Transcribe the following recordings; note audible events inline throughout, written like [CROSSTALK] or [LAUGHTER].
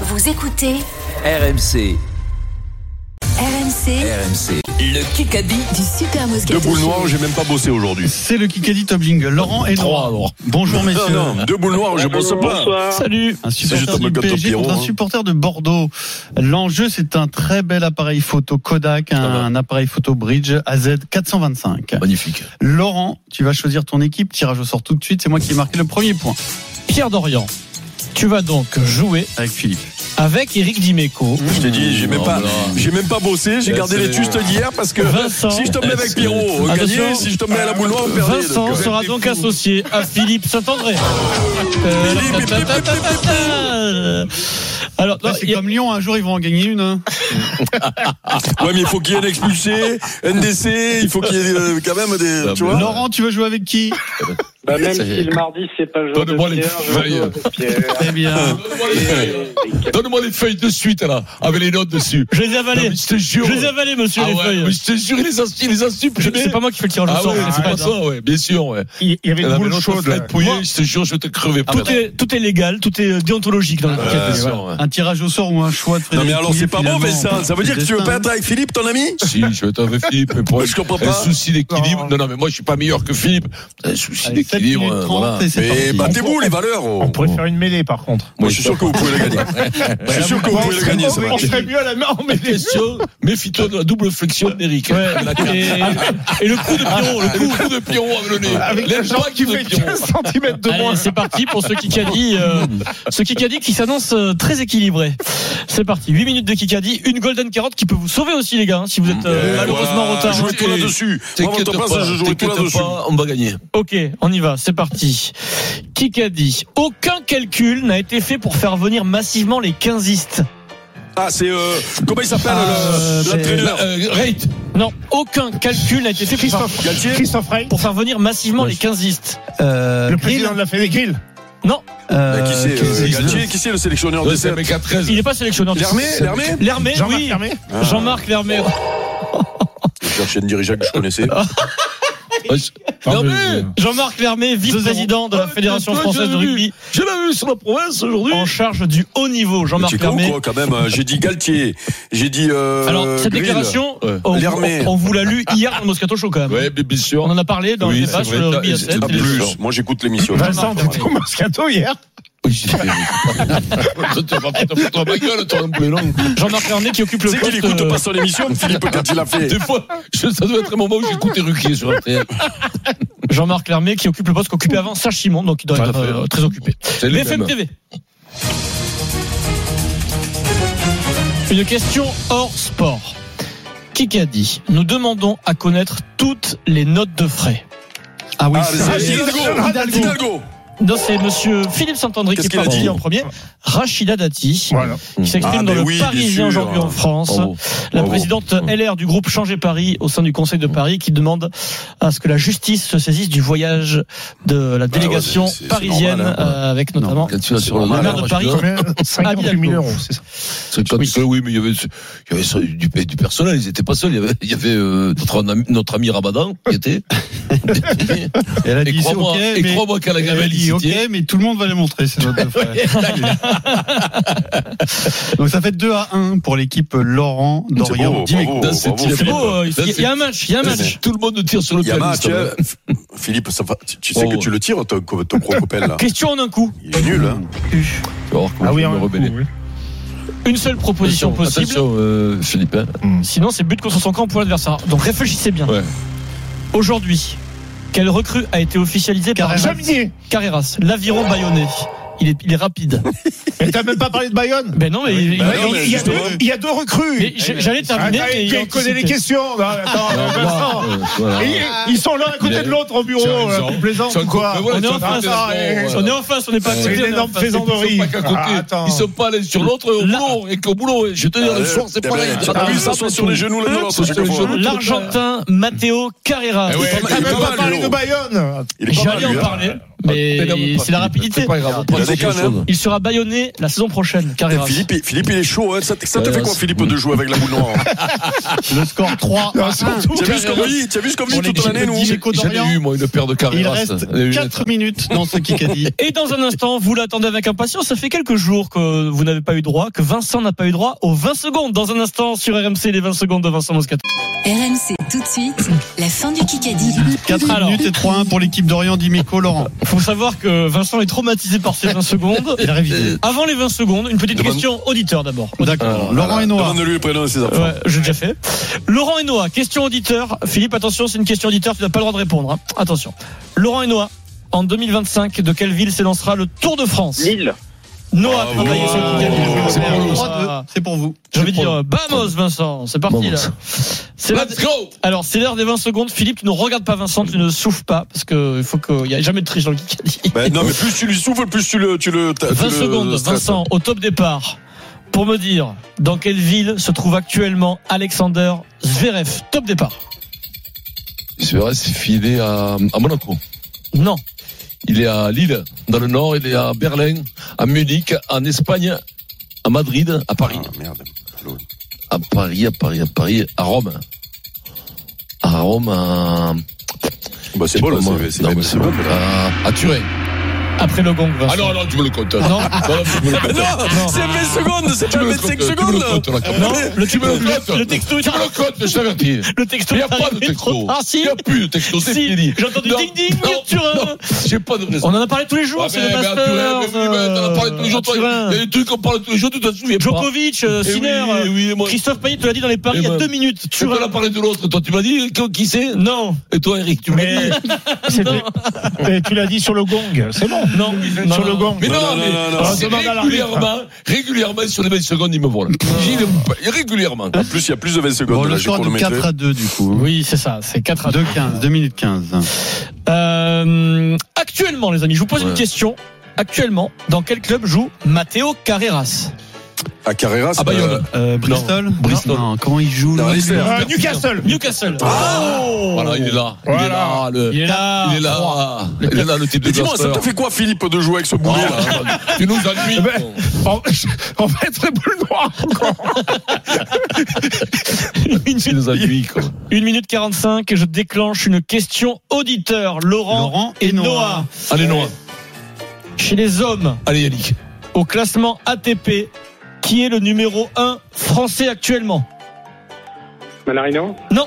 Vous écoutez RMC, RMC RMC, le Kikadi. du Super Deux Moscato boules Show. noires, j'ai même pas bossé aujourd'hui. C'est le Kikadi Top Jingle. Laurent et Laurent. Bonjour messieurs. Non, non, deux boules noires, je bosse pas. Bonsoir. Salut. Un juste supporter un du boycott au PSG Pierrot, contre un hein. supporter de Bordeaux. L'enjeu, c'est un très bel appareil photo Kodak, un, va. un appareil photo Bridge AZ 425. Magnifique. Laurent, tu vas choisir ton équipe. Tirage au sort tout de suite. C'est moi qui ai marqué le premier point Pierre Dorian, tu vas donc jouer avec Philippe. avec Eric [LAUGHS] Dimeco, Je t'ai dit, j'ai même pas, j'ai même pas bossé, j'ai gardé les tustes d'hier parce que Vincent. si je tombais avec Pierrot, on gagnait, Attention. si je tombais à la boule noire, on perdait. Vincent donc, euh, sera donc associé à Philippe Saint-André. Philippe, Philippe, Philippe, Alors, non, Là, c'est il y a- comme Lyon. Un jour, ils vont en gagner une. hein. Ouais, mais il faut qu'il y ait un expulsé, NDC, il faut qu'il y ait euh, quand même des, tu vois. Laurent, tu veux jouer [LAUGHS] avec qui Bah, même si le mardi c'est pas le jour de Pierre, je joue avec Pierre. Très Eh bien. Donne-moi les feuilles de suite, là, avec les notes dessus. je les ai Non, avalés. mais je Je te jure. les ai avalés, monsieur, Ah les ouais, feuilles. mais je te jure, il les a, il les a Je- supprimés. C'est pas moi qui fais le tirage au Ah sort. ouais, hein, c'est pas Fred, hein. ça, ouais, bien sûr, ouais. Il il y avait La une boule mélange chaude. Fred Pouillet, Moi, Ah, je te jure, je vais te crever. Tout est, tout est légal, tout est déontologique dans la Euh, enquête. sûr, ouais. Un tirage au sort ou un choix de Non, Frédéric Euh, mais alors, c'est pas bon, mauvais Vincent. Ça veut dire que tu veux pas être avec Philippe, ton ami? Si, je vais être avec Philippe, mais pour Je comprends pas. un souci d'équilibre. Non, non, mais moi, je suis pas meilleur que Philippe. Un souci Allez, 7 d'équilibre, minutes euh, 30 voilà. et c'est Mais parti. battez-vous, Eh les valeurs. oh. On pourrait faire une mêlée par contre. Moi, je suis sûr que vous pouvez le gagner. Je suis sûr que vous pouvez le gagner, ce match. mieux à la main en mêlée. Question, méfie-toi de la double flexion d'Eric. Ouais, La carte. et, et le coup de Ah. Pierrot, le coup. Le coup de Pierrot avec le nez. Avec la jambe L'impact qui de fait Pierrot. 15 cm de moins. Allez, c'est parti pour ce Kikadi, euh, ce Kikadi qui s'annonce euh, très équilibré. C'est parti, 8 minutes de Kikadi, une golden carotte qui peut vous sauver aussi les gars, hein, si vous êtes euh, Eh, malheureusement en voilà, retard. Jouez tout là-dessus. Moi, à T'inquiète votre place, pas, bah, je jouerai tout t'inquiète là-dessus. pas, on va gagner. Ok, on y va, c'est parti. Kikadi, aucun calcul n'a été fait pour faire venir massivement les 15istes. Ah, c'est euh, comment il s'appelle Euh, le- l'entraîneur Euh, Rate, Non, aucun calcul n'a été fait pour faire, Galtier Christophe Rey, pour faire venir massivement les 15istes. le président de la Fédégrille. Bah, Qui c'est euh, Galtier Qui c'est le sélectionneur des c'est sept un mec à 13. Il n'est pas sélectionneur. L'Hermé L'Hermé L'Hermé, Jean-Marc oui. Ah. Hermé. Jean-Marc Lhermé. Oh, Je cherchais une dirigeante que je connaissais. Ah, je- Non, mais- Jean-Marc Lhermé, vice-président de la Fédération Ah, putain, française de je l'ai vu. rugby. Je l'ai vu sur la province aujourd'hui. en charge du haut niveau, Mais Tu Jean-Marc es con, Lhermé. quoi, quand même hein. J'ai dit Galtier, j'ai dit. euh, Alors, cette Grill. déclaration, Ouais. on, Lhermé. on- on vous l'a lu hier dans le Moscato Show quand même. Ouais, mais bien On sûr. en a parlé dans Oui, le débat c'est sur le vrai, Ah, rugby à c'était 7. Pas C'était plus. Moi, j'écoute l'émission. Vincent, t'étais au Moscato hier. Oui, [LAUGHS] j'ai fait- Je te rappelle, t'as foutu ma gueule, toi, un peu long. Jean-Marc Lhermé qui occupe le Tu sais qu'il poste. écoute euh, pas son émission, Philippe, quand il a fait. Des fois, je- ça doit être un moment où j'écoutais Ruquier sur RTL. Jean-Marc Lhermé qui occupe le poste qu'occupait avant Serge Simon, donc il doit Tout à être fait. euh, très occupé. C'est les BFM mêmes. TV. Une question hors sport. Kikadi, nous demandons à connaître toutes les notes de frais. Ah oui, Ah, mais ça, c'est Hidalgo. Hidalgo. Non, c'est monsieur Philippe Saint-André qui Qu'est-ce est qu'il a parti dit en premier. Rachida Dati. Voilà. qui s'exprime Ah, dans mais le oui, bien Parisien sûr. aujourd'hui en France. Bravo. La Bravo. Mmh. présidente LR du groupe Changer Paris au sein du Conseil de Paris qui demande à ce que la justice se saisisse du voyage de la délégation ouais, c'est- c'est parisienne normal, hein. euh, avec notamment Quand tu vas sur le la Nord, maire de je Paris. te- 58 000 euros, c'est ça. C'est quand- Oui. que- oui, mais il y avait, il y avait ça- du, du personnel, ils n'étaient pas seuls. Il y avait, il y avait, euh, notre, ami, notre ami Rabadan qui était. Elle a et dit crois-moi ok, et mais- crois-moi qu'à la elle a gavelle, dit, il ok, mais tout le monde va les montrer, ces [LAUGHS] notes de frais. Donc ça fait 2 à 1 pour l'équipe Laurent, C'est beau, Dorian, Dimeco. bravo, dans ce bravo, tir. C'est Philippe. beau, euh, il y a- il y a un match, il y a un Ça, match. Tout le monde tire sur le Il y a match, pianiste. hein. Philippe, ça va- tu- tu sais que tu le tires, ton co- ton gros copain, là. Question en un coup. Il est nul, hein. Tu vas voir Ah comment hein. je vais me rebeller. Une seule proposition Attention, possible. attention, euh, Philippe. hein. Sinon, c'est but contre son camp pour l'adversaire. Donc réfléchissez bien. Ouais. Aujourd'hui, quelle recrue a été officialisée par Jamier. Carreras, l'aviron bayonnais Il est, il est [LAUGHS] rapide. Mais t'as même pas parlé de Bayonne. Ben non, mais il- Bah il- non, il- mais Il y a deux- justement. il y a deux recrues. Mais j'ai- j'allais terminer. Ah, mais il il a connaît les anticipé. questions. Non, attends, Vincent. Euh, voilà. Ils- Ils sont l'un à côté de l'autre au bureau. euh, Tiens, là, ils ont- Tu plaisantes Ils sont ou quoi co- mais ouais, On est ils en sont face. à côté, bon, Ah, ouais. On est en face, on n'est pas à C'est côté. une on est en énorme face. faisant- Ils sont pas qu'à côté. Ah, attends. ils sont pas l'un sur l'autre et au Là- boulot. Et qu'au boulot, je te dis, Ah, le soir, c'est t'as pareil. bien- Ça t'as vu, t'amuse, ça soit sur les genoux l'un de l'autre, Sur chaque les fois. genoux. L'Argentin Matteo Carreras. Eh ouais, T'as il est même pas pas mal, parlé lui, de oh. Bayonne. Il est pas mal, J'allais en lui, hein. parler, Mais c'est la rapidité. C'est pas grave, on prend Il a quelque des cannes, chose. Il sera baïonné la saison prochaine, Putain, Carreras. Philippe, il- Philippe, il est chaud. hein. Ça, te- ça te Ouais, fait quoi, c'est- Philippe, de jouer avec la boule noire hein [LAUGHS] Le score 3 à T'as 1. vu ce qu'on dit T'as vu ce qu'on dit On toute est- l'année, nous Dimeco J'en d'Orient. ai eu, moi, une paire de carrés. Ah, Il reste 4 minutes dans ce [LAUGHS] Kikadi. Et dans un instant, vous l'attendez avec impatience. Ça fait quelques jours que vous n'avez pas eu droit, que Vincent n'a pas eu droit aux 20 secondes. Dans un instant, sur RMC, les 20 secondes de Vincent Moscato. RMC tout de suite, la fin du Kikadi. 4 Alors. minutes et 3-1 pour l'équipe d'Orient, Dimeco, Laurent. Faut savoir que Vincent est traumatisé par ces 20 secondes. Il a révisé. Avant les 20 secondes, une petite Demande- question auditeur d'abord. D'accord. Laurent et Noah. Demande-lui le prénom de ses enfants. Ouais, j'ai déjà fait. Laurent et Noah, question auditeur. Philippe, attention, c'est une question auditeur, tu n'as pas le droit de répondre. hein. Attention. Laurent et Noah, en 2025, de quelle ville s'élancera le Tour de France Lille. Noah, Bravo. travaillez sur le Kikadi. Ah, C'est pour nous. Ah, C'est pour vous. J'ai envie de C'est pour dire, vamos Vincent, c'est parti Vamos. là. C'est l'heure des- Let's go Alors, c'est l'heure des 20 secondes. Philippe, tu ne regardes pas Vincent, tu ne souffles pas, parce que il faut qu'il n'y a jamais de triche dans le Kikadi. Bah, Ben, non, mais plus tu lui souffles, plus tu le. Tu le tu 20 le secondes, stresses. Vincent, au top départ, pour me dire dans quelle ville se trouve actuellement Alexander Zverev. Top départ. C'est vrai, c'est filé à, à Monaco. Non. Il est à Lille, dans le Nord, il est à Berlin, à Munich, en Espagne, à Madrid, à Paris. Ah, merde. À Paris, à Paris, à Paris, à Rome. À Rome, à... Bah, c'est je sais bon, pas là, moi. c'est- c'est Non, même- mais Ah, c'est bon. À, à Turin. Après le gong, Vincent. Ah non, non, tu me le comptes. Non. non, tu me le comptes. Non, c'est 20 secondes, c'est Tu pas me le 25 comptes, tu me le secondes. comptes, là, quand même. Non, le, Tu me le le- le comptes. texto est Tu me le comptes, je t'avertis. le texto Il n'y est a pas de arrivé trop texto. tard. Il Si, n'y a plus de texto, c'est si. fini. j'ai entendu Non, ding ding, non, Turin. non, J'ai pas de raison. On en a parlé tous les jours, Ah, c'est mais- le mais à Turin, Masters. mais oui, mais t'en as parlé tous les jours, toi. euh, Il Turin. y a des trucs qu'on parle tous les jours, tu t'en souviens pas. Djokovic, euh, Eh oui, Sinner. eh oui, et moi. Christophe Payet te l'a dit dans les paris Eh il y a ben, deux minutes. Tu Turin. vas parler de l'autre, toi tu m'as dit qui, qui c'est Non, Et toi Eric, tu me l'as dit Mais c'était- Et tu l'as dit sur le gong, c'est bon. non, non, sur le non. gong. Mais non, non, mais non, non, non. c'est Demande à l'arbitre. régulièrement, régulièrement sur les 20 secondes, ils me volent. J'y vais pas, régulièrement. En plus, il y a plus de 20 secondes. Bon, là, le j'ai score pour le de mettre. 4 à 2, du coup. Oui, c'est ça, c'est 4 à 2. 2 15, 2 minutes 15. Euh, actuellement, les amis, je vous pose une Ouais. question. Actuellement, dans quel club joue Matteo Carreras À Carrera, c'est. À Bayonne. Euh, Bristol Bristol. Non, comment il joue Non, là Leicester. Euh, Newcastle. Newcastle. Ah, Voilà, il est là. Il est là, le. Il est là. Oh, Il est là, il est là le type de Et dis-moi, ça blaster. te fait quoi, Philippe, de jouer avec ce Oh boulet là là là, Tu nous ennuies. Ben, On on va être boule noire. Une Tu minute- nous ennuies, quoi. Une minute 45 et je déclenche une question auditeur. Laurent, Laurent et et Noah. Noah. Allez, Noah. Chez les hommes, Allez, Yannick. au classement ATP, qui est le numéro 1 français actuellement Malarino Non,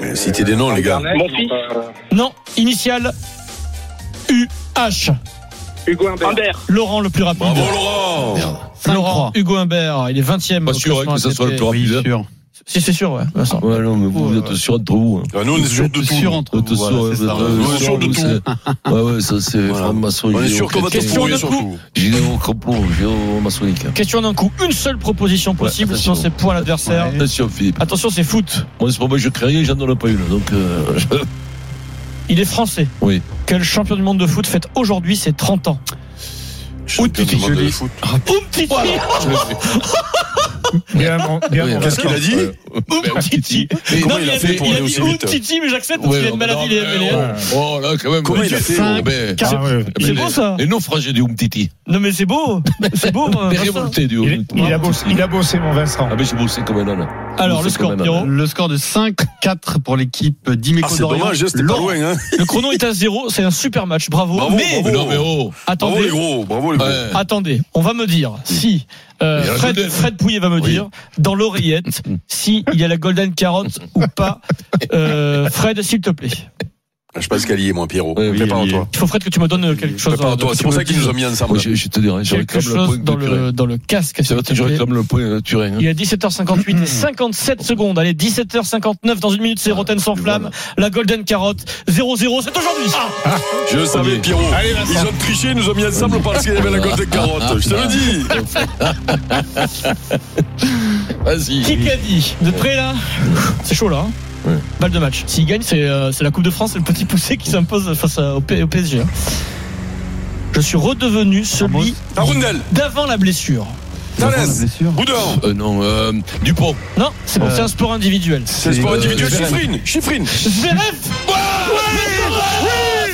Mais Citez des noms, les gars. Mon fils non, initial UH. Hugo Humbert. Laurent le plus rapide. Bravo, Laurent Merde. 5-3. Laurent Hugo Humbert, il est 20e. Pas au sûr hein, classement que ça soit le ATP. plus rapide. hein. sûr. Si, c'est sûr, ouais, Vincent. Ouais, non, mais vous, vous êtes sûr entre vous. hein. Ah, Nous, on est sûr de tout. Sûr entre Vous vous, voilà, êtes c'est sûr, vous ça. êtes- On est vous sûr de vous, tout. c'est- Ouais, ouais, ça c'est Voilà. franc-maçon. On est sûr qu'on va te Question trouver, de surtout. Géo complot, géo maçonnique. Question d'un coup, une seule proposition possible, Ouais, sinon c'est attention. point à l'adversaire. Ouais. Attention Philippe, Attention, c'est foot. moi c'est pas moi je crée, j'en donne pas une. Donc euh, [LAUGHS] Il est français. Oui. Quel champion du monde de foot fête aujourd'hui ses 30 ans Champion du monde de foot. Umtiti je le fais. Bien, mon- bien, mon- Qu'est-ce qu'il a dit Umtiti Mais Comment Non, il a mais fait pour il aller dit aussi vite Umtiti, mais j'accepte parce Ouais, qu'il a non, une mais maladie, non, il est mais MLR. Oh oh, là quand même. Comment mais- il a fait Oh, mais- Ah ouais. mais C'est les- beau, ça. Les naufragés du Umtiti. Non, mais c'est beau. C'est beau. hein, Les Vincent. révoltés du Il, Umtiti. il a bossé, il a bossé, mon Vincent. Ah mais j'ai bossé comme un âne. Alors, le C'est quand score, même Pierrot. Le score de 5-4 pour l'équipe Ah, d'Imeco c'est d'Orient. dommage, hein, c'était pas Laurent. loin. Hein. Le chrono est à zéro. C'est un super match. Bravo. Bravo, bravo. mais, Mais non mais oh. Bravo les attendez. gros, bravo les gros. Ouais. Attendez, on va me dire si euh, Il y a la Fred, Golden. Fred Pouillet va me Oui. dire dans l'oreillette Mm. si il y a la [LAUGHS] golden carotte ou pas. Euh, Fred, s'il te plaît. Ah, Je passe Calier, moi, Pierrot. Ouais, oui, Prépare-toi. Il faut Fred que tu me donnes quelque chose. Prépare-toi. dans- C'est pour ça qu'ils nous ont mis ensemble. Ah, Moi, je, je te dirais, je quelque réclame le chose point dans de Turin. le dans le casque. C'est vrai, s'il te je plaît. réclame le point de Turin. hein. Il est 17h58 et 57 secondes. Allez, 17h59 dans une minute, c'est Rotten sans Et flamme. La Golden Carotte 0-0, c'est aujourd'hui. Ah, Je savais, Premier. Pierrot. Ils ont triché, ils nous ont mis ensemble parce qu'il y avait la gosse de carotte. Je te le dis. Qui Vas-y. qu'a dit De près là C'est chaud là. hein. Ouais. Balle de match. S'il gagne, c'est euh, c'est la Coupe de France, c'est le petit poussé qui s'impose face à- au, P- au PSG. hein. Je suis Ah, redevenu celui Arundel, d'avant la blessure. Thalès, Boudin. Euh, non, euh, Dupont. Non, c'est bon, Euh. c'est un sport individuel. C'est le sport euh, individuel. Zverev. Chiffrine, Chiffrine. Zverev Ouais,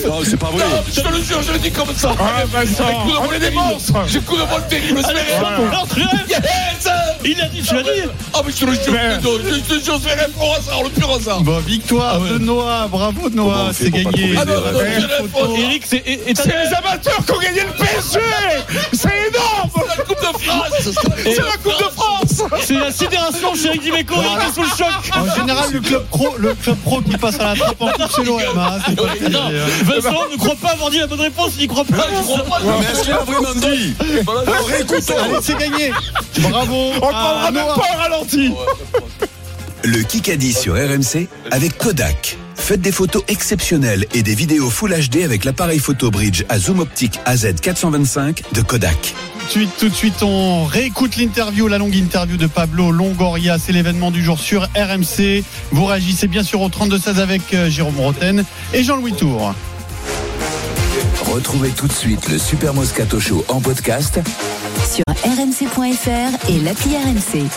Zverev Non, c'est pas vrai. Non, je te le jure, je le dis comme ça. Ah, Vincent, J'ai coup de on bol est des terrible. monstres. J'ai coup de bol terrible, c'est vrai. voilà. Yes Yes Il l'a dit, tu l'as dit Ah, mais je te le jure, Mais- Ludo, je te jure, c'est un faux hasard, le pur hasard. Bon, victoire Ah ouais. de Noah, bravo Comment Noah, on fait c'est pour pas gagné. trouver Ah non, non, non, Eh, c'est un faux hasard. Eric, c'est. et- et t'as- C'est les amateurs qui ont gagné le PSG C'est énorme C'est Oh, la Coupe de France Et- C'est la Coupe de France C'est la sidération chez Eric Dimeco, il est sous le choc En général, le club pro, le club pro qui passe à la trappe en coupe, c'est l'OM. hein, [LAUGHS] c'est pas le Non, PSG, hein. Vincent ne croit pas avoir dit la bonne réponse, il n'y croit pas. Je comprends pas. Mais est-ce qu'il a vraiment dit Allez, c'est gagné. Bravo. à On prendra même Ah, Noah. pas un ralenti Le Kikadi sur RMC avec Kodak. Faites des photos exceptionnelles et des vidéos Full HD avec l'appareil photo bridge à zoom optique AZ425 de Kodak. Tout de suite, tout de suite, on réécoute l'interview, la longue interview de Pablo Longoria. C'est l'événement du jour sur RMC. Vous réagissez bien sûr au 32-16 avec euh, Jérôme Roten et Jean-Louis Tour. Retrouvez tout de suite le Super Moscato Show en podcast sur rmc.fr et l'appli RMC.